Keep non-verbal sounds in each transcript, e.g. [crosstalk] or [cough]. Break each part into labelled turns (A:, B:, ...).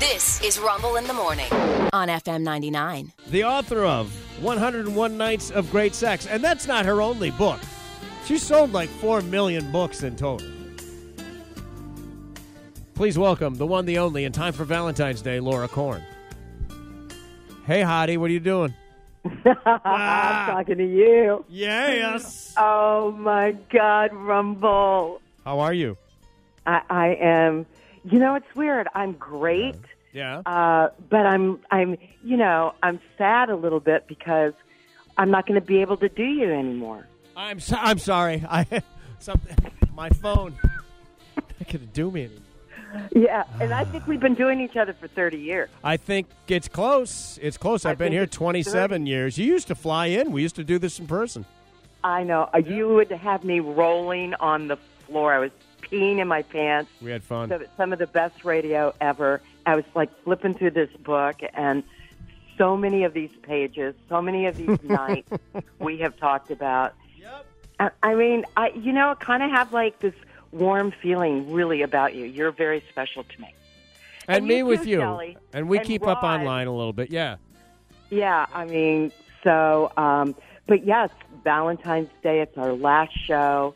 A: This is Rumble in the Morning on FM 99.
B: the author of 101 Nights of Great Sex, and that's not her only book. She sold like 4 million books in total. Please welcome the one, the only, in time for Valentine's Day, Laura Korn. Hey, Hottie, what are you doing?
C: I'm
B: Ah.
C: talking to you.
B: Yes.
C: Oh my God, Rumble.
B: How are you?
C: I, I am. You know, it's weird. I'm great,
B: Yeah.
C: uh, but I'm I'm you know I'm sad a little bit because I'm not going to be able to do you anymore.
B: I'm so- I'm sorry. I [laughs] something my phone. [laughs] I could do me. any-
C: Yeah, and I think we've been doing each other for 30 years.
B: I think it's close. It's close. I've
C: I
B: been
C: think
B: here
C: it's
B: 27 years. You used to fly in. We used to do this in person.
C: I know uh, you would have me rolling on the floor. I was peeing in my pants.
B: We had fun.
C: some, some of the best radio ever. I was like flipping through this book and so many of these pages, so many
B: [laughs]
C: of these nights we have talked about. Yep. I, I mean, I you know, kind of have like this warm feeling really about you. You're very special to me.
B: and,
C: And
B: me
C: you
B: with
C: too,
B: you.
C: Shelley.
B: And we
C: And
B: keep up
C: Rod.
B: online a little bit. Yeah.
C: Yeah, I mean, so, um, but yes, Valentine's Day, it's our last show.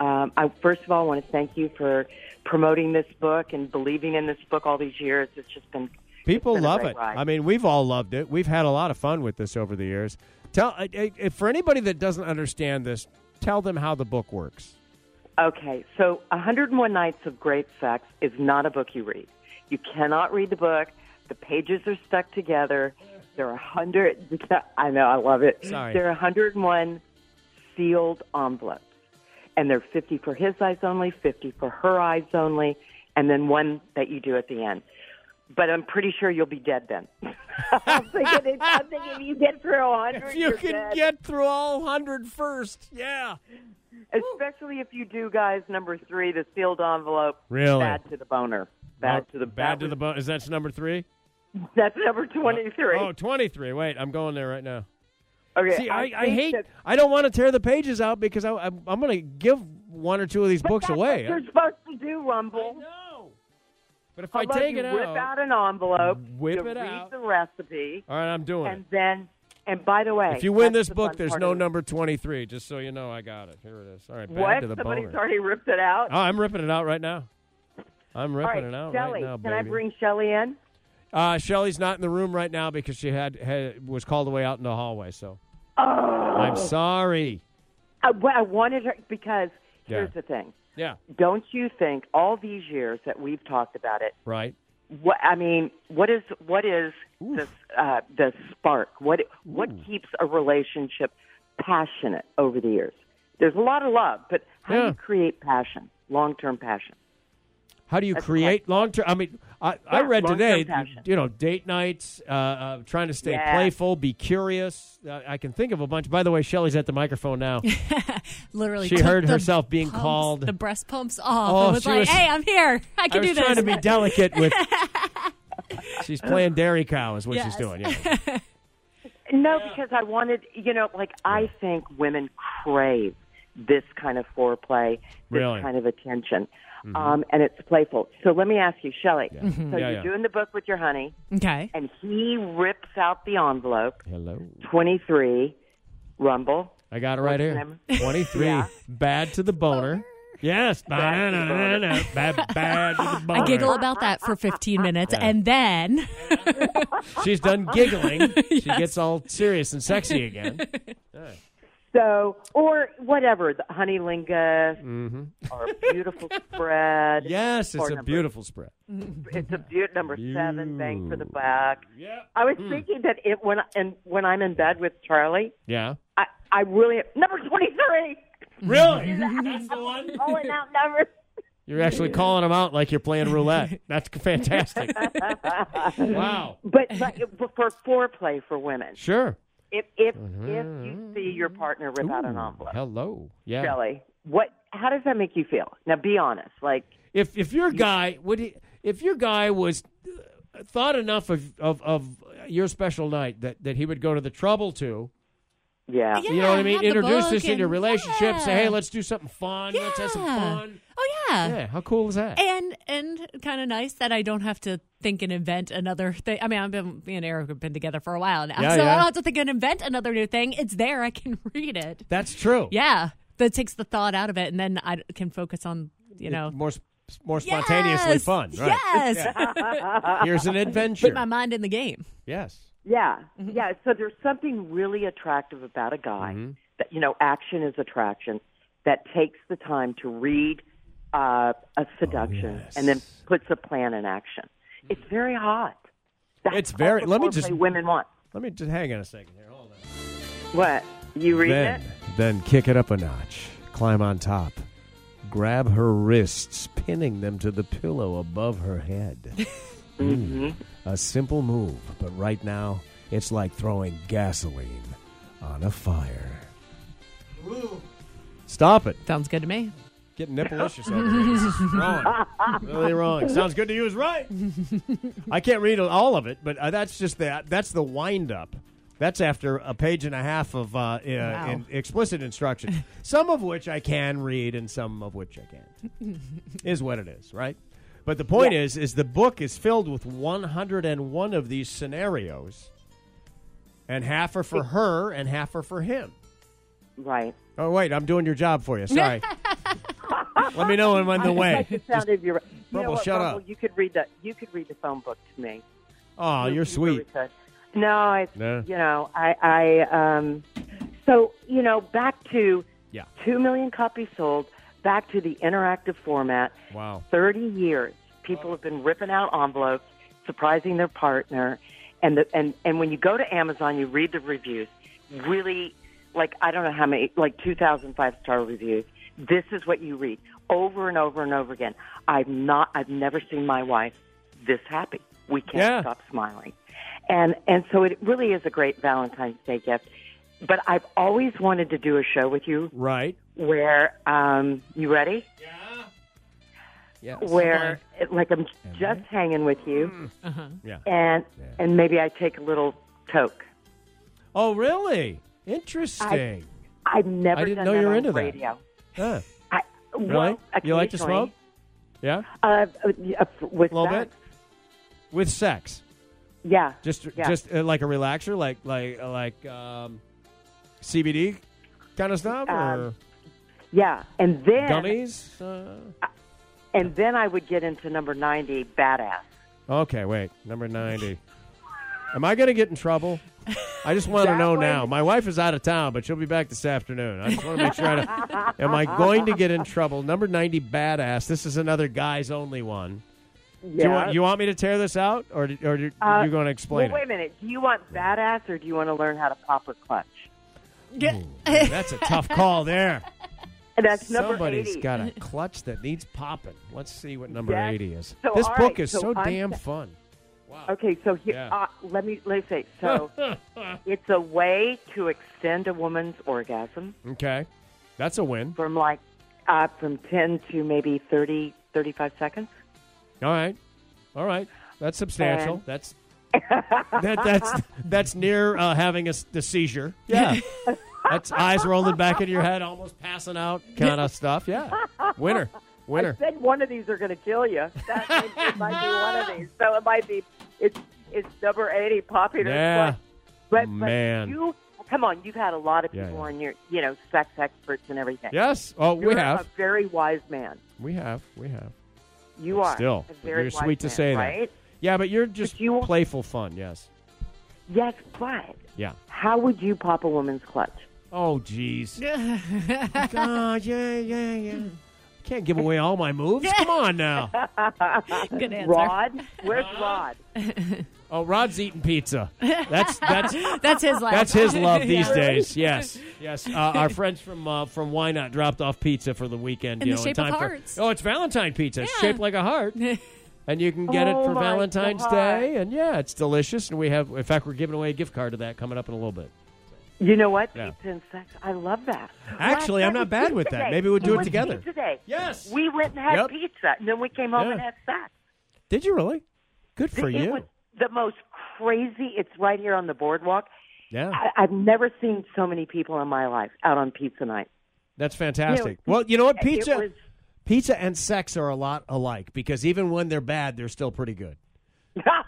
C: Um, I first of all want to thank you for promoting this book and believing in this book all these years. It's just been
B: People
C: been a
B: love
C: great
B: it.
C: ride.
B: I mean, we've all loved it. We've had a lot of fun with this over the years. Tell I- I- I- for anybody that doesn't understand this, tell them how the book works.
C: Okay, so 101 Nights of Great Sex is not a book you read. You cannot read the book. The pages are stuck together. There are 100, [laughs] I know, I love it.
B: Sorry.
C: There are 101 sealed envelopes. And there are 50 for his eyes only, 50 for her eyes only, and then one that you do at the end. But I'm pretty sure you'll be dead then. [laughs] I'm, thinking, I'm thinking if you get through 100,
B: If you
C: you're
B: can
C: dead.
B: get through all 100 first. Yeah.
C: Especially if you do, guys. Number three, the sealed envelope.
B: Really?
C: Bad to the boner. Bad to the
B: Oh, bad
C: that
B: to the
C: was-
B: bone. Is that number 3?
C: [laughs] That's number twenty-three.
B: Oh, 23. Wait, I'm going there right now.
C: okay.
B: See, I, I
C: think
B: hate.
C: that-
B: I don't want to tear the pages out because I, I'm, I'm going to give one or two of these
C: but
B: books
C: that's
B: away.
C: What you're supposed to do, Rumble.
B: no. But if
C: How
B: I
C: about
B: take
C: you
B: it
C: whip
B: out,
C: out, an envelope,
B: Whip
C: you
B: it
C: read
B: out.
C: the recipe,
B: all right, I'm doing it.
C: and then. And by the way,
B: If you win
C: that's
B: this
C: the
B: book,
C: fun
B: there's
C: part
B: no
C: of it.
B: number 23, just so you know I got it. Here it is. All right, back
C: What?
B: to the
C: Somebody's
B: boner.
C: already ripped it out.
B: Oh, I'm ripping it out right now. I'm
C: All
B: ripping
C: right,
B: it out right
C: Shelley,
B: now,
C: can
B: baby.
C: I bring Shelly in?
B: uh, Shelly's not in the room right now because she had, had was called away out in the hallway, so.
C: Oh.
B: I'm sorry.
C: I, Uh, well, I wanted her because here's
B: Yeah.
C: the thing:
B: Yeah,
C: don't you think all these years that we've talked about it,
B: right.
C: what I mean, what is what is the uh, the spark? What what keeps a relationship passionate over the years? There's a lot of love, but how do
B: Yeah.
C: you create passion, long term passion?
B: How do you
C: That's
B: create long term? I mean, I, I
C: Yeah,
B: read
C: long-term
B: today,
C: passion.
B: you know, date nights, uh, uh, trying to stay
C: Yeah.
B: playful, be curious. Uh, I can think of a bunch. By the way, Shelly's at the microphone now.
D: [laughs] literally
B: She
D: took
B: heard
D: the
B: herself being
D: pumps-
B: called.
D: the breast pumps off
B: Oh,
D: and was
B: she
D: like
B: was-
D: hey i'm here i can
B: I was
D: do this
B: trying to be delicate
D: [laughs]
B: with. she's playing dairy cow, is what she's
D: Yes.
B: doing.
D: [laughs]
B: Yeah.
C: No, because I wanted, you know, like I think women crave this kind of foreplay, this
B: Really? Mm-hmm.
C: kind of attention, um, and it's playful. So let me ask you, Shelley. So
B: Yeah,
C: you're
B: yeah.
C: doing the book with your honey,
D: okay
C: and he rips out the envelope,
B: Hello.
C: twenty three, rumble.
B: I got it right here.
C: number?
B: 23.
C: Yeah.
B: Bad to the boner. Yes.
C: Bad to the boner.
B: Ba-na-na-na-na. Bad, bad to the boner.
D: [laughs] i giggle about that for 15 minutes and then
B: She's
D: [laughs]
B: done giggling. She gets all serious and sexy again.
C: So, or whatever, the honey lingus, or a beautiful spread.
B: Yes, it's
C: Or
B: a
C: number-
B: beautiful spread.
C: It's a beaut number seven, bang for the
B: Ew.
C: buck.
B: Yeah.
C: I was thinking that it when and when I'm in bed with Charlie,
B: Yeah.
C: I, I really number twenty three,
D: [laughs]
B: Really? That's the one?
C: calling out number.
B: You're actually calling them out like you're playing roulette.
D: [laughs]
B: That's fantastic. wow.
C: [laughs] But, but for foreplay for women,
B: Sure.
C: if if if you see your partner rip out an
B: Ooh,
C: envelope,
B: Hello. Yeah.
C: Charlie, what? How does that make you feel? Now, be honest. Like,
B: If if your guy would he, if your guy was uh, thought enough of, of of your special night that that he would go to the trouble to
C: yeah,
D: Yeah,
B: you know what I mean
D: have the
B: introduce
D: book
B: this into your
D: and-
B: relationship say hey
D: yeah.
B: let's do something fun let's have some
D: Yeah.
B: fun
D: oh
B: Yeah, how cool is that?
D: and and kind of nice that I don't have to think and invent another thing. I mean, I've been me and Eric have been together for a while now,
B: Yeah,
D: so
B: yeah.
D: I don't have to think and invent another new thing. It's there; I can [laughs] read it.
B: That's true.
D: Yeah, that takes the thought out of it, and then I can focus on you know
B: more sp- more spontaneously
D: Yes!
B: fun. Right?
D: Yes,
B: Here's
D: [laughs]
B: an adventure.
D: put my mind in the game.
B: yes.
C: Yeah,
B: Mm-hmm.
C: yeah. So there's something really attractive about a guy that you know, action is attraction that takes the time to read uh, a seduction
B: Oh, yes.
C: and then puts a plan in action. It's very hot. That's
B: It's very-
C: all the
B: let me
C: foreplay
B: just-
C: women want
B: Let me just hang on a second here. Hold on.
C: what you read
B: then,
C: it.
B: then kick it up a notch. Climb on top. Grab her wrists, pinning them to the pillow above her head.
C: [laughs]
B: Mm. A simple move, but right now it's like throwing gasoline on a fire. Stop it.
D: Sounds good to me.
B: Getting nipple-licious over here. This is wrong. really wrong. Sounds good to you is right. I can't read all of it, but uh, that's just the that's the wind up. That's after a page and a half of uh, uh, in explicit instruction, some of which I can read and some of which I can't. is what it is, right? But the point is, is the book is filled with 101 of these scenarios, and half are for her and half are for him.
C: Right.
B: Oh wait, I'm doing your job for you. Sorry.
C: [laughs]
B: Let me know when I'm in the way. [laughs]
C: That's the sound of your. You know
B: Rumble,
C: what,
B: shut
C: Rumble,
B: up.
C: You could read the you could read the phone book to me.
B: Oh, you're
C: You really [laughs]
B: sweet.
C: could. No, it's
B: No.
C: you know I I um so you know back to
B: Yeah.
C: two million copies sold. Back to the interactive format.
B: Wow.
C: Thirty years, people have been ripping out envelopes, surprising their partner, and the and and when you go to Amazon, you read the reviews. Really, like I don't know how many, like two thousand five star reviews. This is what you read over and over and over again. I've not, I've never seen my wife this happy. We can't
B: Yeah.
C: stop smiling, and and so it really is a great Valentine's Day gift. But I've always wanted to do a show with you
B: Right.
C: where um you ready
B: Yeah.
C: where it, like i'm just hanging with you
B: Hmm. Yeah.
C: and and maybe i take a little toke
B: Oh, really? Interesting.
C: i've never
B: I didn't
C: done
B: know
C: that
B: you were
C: on
B: into that.
C: radio
B: Huh.
C: I,
B: Really?
C: [laughs] well,
B: you like to smoke?
C: occasionally,
B: Yeah.
C: uh, uh, with
B: A little
C: that,
B: bit. With sex,
C: yeah
B: just
C: yeah.
B: just uh, like a relaxer, like like uh, like um, CBD kind of stuff, or
C: Uh, yeah and then
B: gummies. Uh,
C: and then i would get into number 90 badass
B: okay, wait. Number ninety. Am I going to get in trouble? I just want to know now. My wife is out of town, but she'll be back this afternoon. I just want to make sure. I don't, [laughs] am I going to get in trouble? Number ninety, badass. This is another guys only one. Do
C: yeah
B: you, want, you want me to tear this out, or do- or do-
C: Uh,
B: you're going to explain
C: well, wait a
B: it?
C: minute do you want badass or do you want to learn how to pop a clutch
B: Ooh, that's a tough call there.
C: and that's [laughs] number
B: Somebody's
C: 80
B: got a clutch that needs popping. Let's see what number
C: Yes.
B: eighty is.
C: So,
B: this
C: all
B: book
C: right,
B: is so,
C: so I'm
B: damn
C: sa-
B: fun. Wow.
C: Okay, so here,
B: Yeah.
C: uh, let me let me say. So it's a way to extend a woman's orgasm
B: [laughs] Okay, that's a win.
C: from like uh, from ten to maybe 30, 35 seconds.
B: All right, all right. That's substantial.
C: And-
B: that's that, that's that's near uh, having a, s- the seizure. Yeah, that's eyes rolling back into your head, almost passing out kind of stuff. Yeah, winner, winner.
C: Then one of these are going to kill you. That might, it might be
B: [laughs]
C: one of these. So it might be it's it's number eighty popular.
B: Yeah.
C: but, but
B: Man.
C: you come on. You've had a lot of
B: Yeah,
C: people
B: yeah.
C: on your you know sex experts and everything.
B: Yes. Oh,
C: You're
B: we have,
C: a very wise man.
B: we have, we have.
C: You
B: But
C: are
B: still.
C: a very
B: you're
C: wise
B: sweet to
C: man,
B: say
C: right?
B: that. Yeah, but you're just
C: But you-
B: playful fun. Yes.
C: Yes, but
B: Yeah.
C: how would you pop a woman's clutch?
B: Oh, jeez. [laughs] God, yeah, yeah, yeah. Can't give away all my moves. Come on [laughs] now.
D: Good answer.
C: Rod? Where's Rod?
B: Oh, Rod's eating pizza. That's that's
D: [laughs] That's his life.
B: that's
D: [laughs]
B: his love these
D: Yeah.
B: days.
D: [laughs]
B: Yes, yes. Uh, our friends from uh, from Why Not dropped off pizza for the weekend.
D: In
B: you
D: the
B: know,
D: shape
B: in
D: of
B: time for-
D: hearts.
B: oh, it's Valentine pizza. It's shaped like a
D: [laughs]
B: heart. And you can get
C: Oh
B: it for
C: my
B: Valentine's
C: God.
B: Day, and yeah, it's delicious. And we have, in fact, we're giving away a gift card to that coming up in a little bit.
C: You know what?
B: Yeah.
C: Pizza and sex. I love that.
B: Actually,
C: Last
B: I'm
C: night
B: not
C: was
B: bad
C: pizza
B: with that.
C: day.
B: Maybe we'll do it
C: was
B: together.
C: Pizza day.
B: Yes.
C: We went and had
B: Yep.
C: pizza, and then we came home
B: Yeah.
C: and had sex.
B: Did you really? Good for
C: it
B: you.
C: was the most crazy. It's right here on the boardwalk.
B: yeah.
C: I, I've never seen so many people in my life out on pizza night.
B: That's fantastic. well, you know what?
C: It
B: Pizza
C: was-
B: Pizza and sex are a lot alike because even when they're bad, they're still pretty good.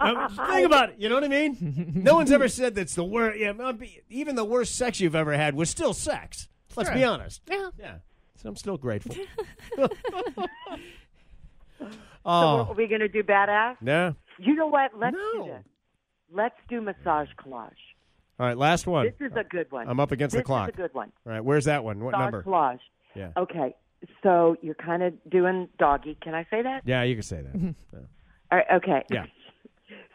B: Um, think about it. You know what I mean? No one's ever said that's the worst. Yeah, um, be- even the worst sex you've ever had was still sex. Let's be
D: True.
B: honest.
D: Yeah.
B: Yeah. So I'm still grateful. [laughs]
C: So what are
B: oh,
C: we going to do, badass?
B: no.
C: You know what? Let's do
B: No.
C: this. Let's do massage collage.
B: All right, last one.
C: This is a good one.
B: I'm up against the
C: This is
B: clock.
C: a good one.
B: All right, where's that one? What
C: Massage
B: number?
C: collage.
B: Yeah.
C: Okay, so you're kind of doing doggy. Can I say that?
B: Yeah, you can say that. Yeah.
C: All right, okay.
B: Yeah.
C: [laughs]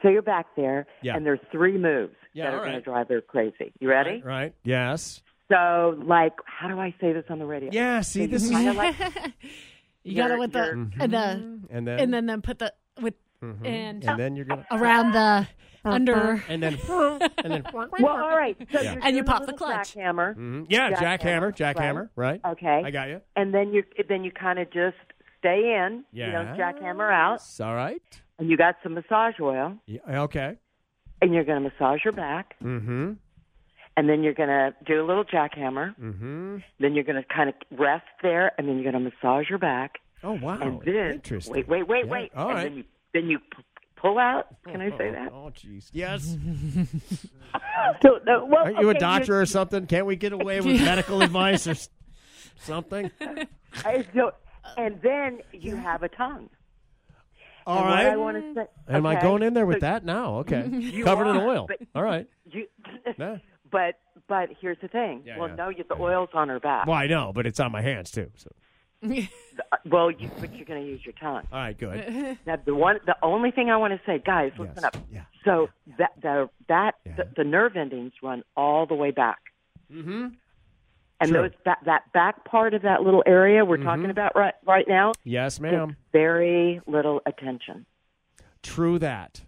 C: So you're back there,
B: Yeah.
C: and there's three moves
B: Yeah,
C: that are
B: all
C: going
B: right.
C: to drive her crazy. You ready?
B: Right, right. Yes.
C: So, like, how do I say this on the radio?
B: Yeah, see, this is. [laughs]
C: I know, like,
D: You got it with the
C: You're-
D: and the
B: And then.
D: and then then put the with
B: Mm-hmm.
D: and,
B: and then you're
D: [laughs]
B: going to.
D: around the under.
B: And then. and then.
C: well, all right. So
B: Yeah.
C: you're
D: And you
C: doing
D: pop
C: a
D: the
C: little
D: clutch.
C: jackhammer,
B: Mhm. Yeah, jackhammer,
C: Jackhammer,
B: jackhammer, right?
C: Okay.
B: I got you.
C: and then you then you kind of just stay in. You
B: Yes.
C: don't jackhammer out,
B: All right.
C: and you got some massage oil,
B: Yeah, okay.
C: and you're going to massage your back,
B: Mm-hmm.
C: and then you're going to do a little jackhammer.
B: Mm-hmm.
C: Then you're going to kind of rest there, and then you're going to massage your back,
B: Oh wow.
C: and then
B: Interesting.
C: wait, wait, wait,
B: Yeah.
C: wait,
B: All
C: and
B: right.
C: then you then you p- pull out. Can I say
B: Oh,
C: that?
B: Oh jeez.
C: [laughs]
B: Yes.
C: So, no, well,
B: Aren't you a
C: okay,
B: doctor or something? Can't we get
C: [laughs]
B: away with medical advice or s- something?
C: I- so- and then you have a tongue.
B: All
C: And what I
B: right.
C: want to say.
B: Am I
C: okay,
B: going in there with
C: so
B: that now?
C: [laughs]
B: Okay. Covered in
C: are,
B: oil.
C: but-
B: All right. [laughs]
C: You,
B: Yeah.
C: But but here's the thing.
B: Yeah,
C: well,
B: yeah.
C: no, you, the oil's on her back.
B: Well, I know, but it's on my hands too. So.
C: Uh, Well, you, but you're going to use your tongue.
B: All right.
C: [laughs]
B: Good.
C: Now, the one, the only thing I want to say, guys, listen
B: Yes.
C: up.
B: Yeah.
C: So that the that
B: Yeah.
C: the, the nerve endings run all the way back. Mm-hmm. And
B: True. Mm-hmm.
C: those that that back part of that little area we're talking about right right now,
B: Yes, ma'am.
C: gets very little attention.
B: True that.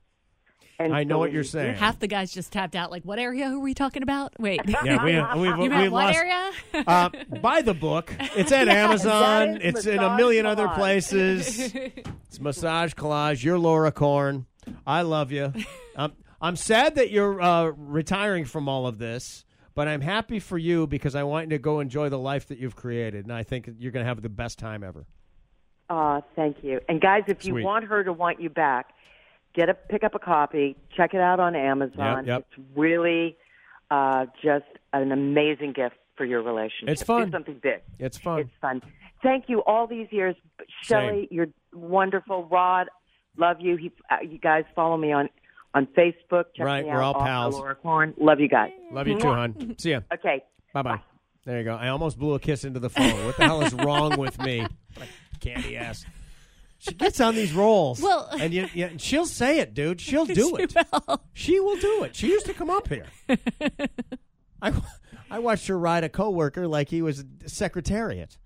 C: And
B: I know
C: so
B: what
C: when
B: you're
C: you do
B: saying.
D: [laughs] Half the guys just tapped out. Like, what area are we talking about? Wait,
C: [laughs]
B: Yeah, we we we,
D: [laughs] you meant what
B: lost.
D: area?
B: [laughs] Uh, buy the book. It's
C: [laughs]
B: at Amazon.
C: That is
B: It's in a
C: massage
B: million other
C: collage. [laughs]
B: places. it's massage collage. You're Laura Korn. I love you. Um, I'm sad that you're uh, retiring from all of this, but I'm happy for you because I want you to go enjoy the life that you've created, and I think you're going to have the best time ever.
C: Aw, uh, thank you. And guys, if you
B: Sweet.
C: want her to want you back, get a pick up a copy, check it out on Amazon.
B: Yep, yep.
C: It's really uh, just an amazing gift for your relationship.
B: It's fun.
C: Do something big.
B: It's fun.
C: It's fun. Thank you all these years, Shelley. You're wonderful. Rod, love you. He, uh, you guys follow me on on Facebook. Check
B: Right,
C: me
B: we're
C: out.
B: all
C: Also
B: pals.
C: Laura Korn. Love you guys.
B: love you too, hon. See ya.
C: Okay.
B: Bye bye. There you go. I almost blew a kiss into the phone. What the hell is wrong with [laughs] me? Candy ass. She gets on these rolls.
D: Well-
B: and you, you, and she'll say it, dude. [laughs] She'll do it. She will do it. She used to come up [laughs] here. I, I watched her ride a coworker like he was secretariat.